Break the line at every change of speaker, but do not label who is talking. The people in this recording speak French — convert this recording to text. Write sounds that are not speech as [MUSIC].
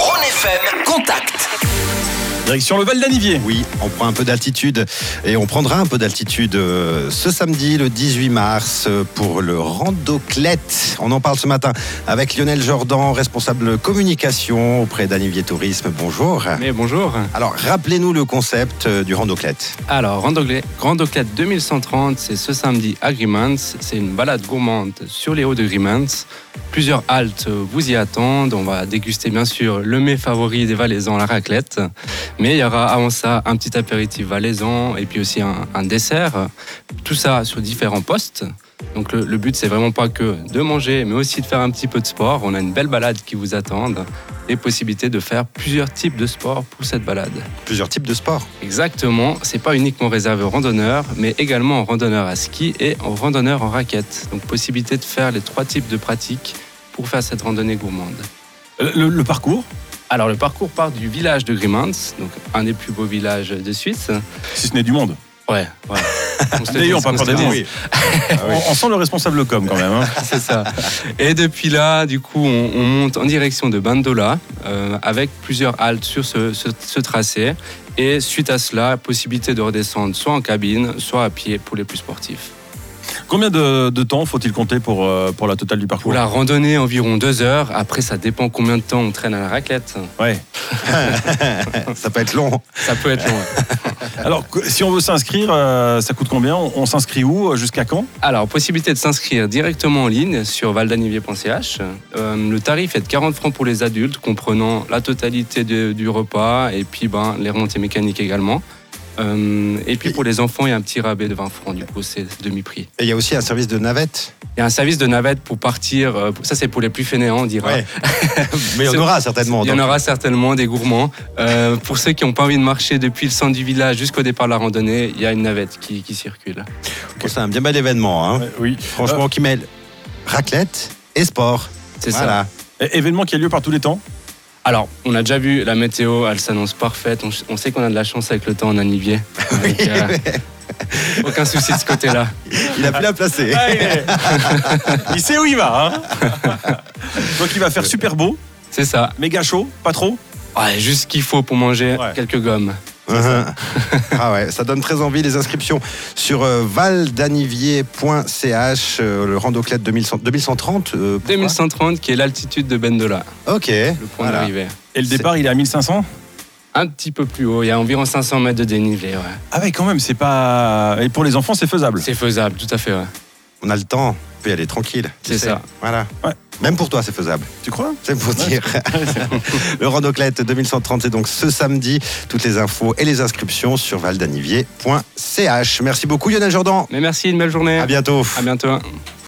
FM, contact.
Direction le Val d'Anivier.
Oui, on prend un peu d'altitude et on prendra un peu d'altitude euh, ce samedi, le 18 mars, euh, pour le Randoclette. On en parle ce matin avec Lionel Jordan, responsable communication auprès d'Anivier Tourisme. Bonjour.
Mais bonjour.
Alors, rappelez-nous le concept euh, du Randoclette.
Alors, Randocle- Grandoclette 2130, c'est ce samedi à Grimans. C'est une balade gourmande sur les hauts de Grimans. Plusieurs haltes euh, vous y attendent. On va déguster bien sûr le mets favori des Valaisans, la raclette. Mais il y aura avant ça un petit apéritif valaisan et puis aussi un, un dessert. Tout ça sur différents postes. Donc le, le but c'est vraiment pas que de manger, mais aussi de faire un petit peu de sport. On a une belle balade qui vous attend et possibilité de faire plusieurs types de sports pour cette balade.
Plusieurs types de sports.
Exactement, c'est pas uniquement réservé aux randonneurs, mais également aux randonneurs à ski et aux randonneurs en raquette. Donc possibilité de faire les trois types de pratiques pour faire cette randonnée gourmande.
Le, le parcours,
Alors le parcours part du village de Grimans, donc un des plus beaux villages de Suisse.
si ce n'est du monde.
Ouais,
[LAUGHS]
ouais. On se le
D'ailleurs,
dit,
pas
on
peur
se
de
le
dire.
dit.
Ah
On, on sent le responsable com
[LAUGHS]
quand même. hein.
C'est ça. Et depuis là, du coup, on, on monte en direction de Bandola euh, avec plusieurs haltes sur ce, ce- ce tracé. Et suite à cela, possibilité de redescendre soit en cabine, soit à pied pour les plus sportifs.
Combien de, de temps faut-il compter pour, euh, pour la totale du parcours
Pour la randonnée, environ deux heures. Après, ça dépend combien de temps on traîne à la raclette.
Ouais.
Ça peut être long.
Ça peut être long. ouais.
Alors, que- si on veut s'inscrire, euh, ça coûte combien On, on s'inscrit où Euh, Jusqu'à quand
[LAUGHS] Alors, possibilité de s'inscrire directement en ligne sur valdanivier.ch. Euh, le tarif est de 40 francs pour les adultes, comprenant la totalité de- du repas et puis ben, les remontées mécaniques également. Euh, et puis pour les enfants, il y a un petit rabais de 20 francs, du coup c'est demi-prix.
Et il y a aussi un service de navette.
Il y a un service de navette pour partir, euh, ça c'est pour les plus fainéants, on dira. [LAUGHS]
Mais il y en aura certainement.
Il y en
donc.
aura certainement des gourmands. Euh, pour ceux qui n'ont pas envie de marcher depuis le centre du village jusqu'au départ de la randonnée, il y a une navette qui, qui circule.
C'est un bien bel événement. hein.
Ouais, Oui.
Franchement, qui mêle raclette et sport.
Euh. C'est ça.
voilà.
Euh, É- Événement qui a lieu par tous les temps
Alors, on a déjà vu la météo, elle s'annonce parfaite. On, on sait qu'on a de la chance avec le temps en
[LAUGHS]
Anivier. Donc, euh, aucun souci de ce côté-là.
Il a pu la
[LAUGHS]
placer.
Ah,
[LAUGHS]
Il sait où il va. hein. Donc, il va faire super beau,
C'est ça.
méga chaud, pas trop.
Ouais, juste ce qu'il faut pour manger
Ouais.
quelques gommes.
[LAUGHS] ah ouais, ça donne très envie. Les inscriptions sur euh, valdanivier.ch, euh, le randoclette 2100 2130. euh, pourquoi
2130, qui est l'altitude de Bendola,
Ok.
le point
voilà.
d'arrivée.
Et le
C'est-
départ, il est à 1500
Un petit peu plus haut, il y a environ 500 mètres de dénivelé. ouais.
Ah ouais, quand même, c'est pas. Et pour les enfants, c'est faisable.
C'est faisable, tout à fait. ouais.
On a le temps. On peut y aller tranquille. tu
C'est
sais.
ça.
Voilà.
Ouais.
Même pour toi, c'est faisable.
Tu crois
C'est pour dire. [LAUGHS] le randoclette 2130, c'est donc ce samedi. Toutes les infos et les inscriptions sur valdanivier.ch. Merci beaucoup, Lionel Jordan.
Mais merci, une belle journée.
À bientôt.
À bientôt.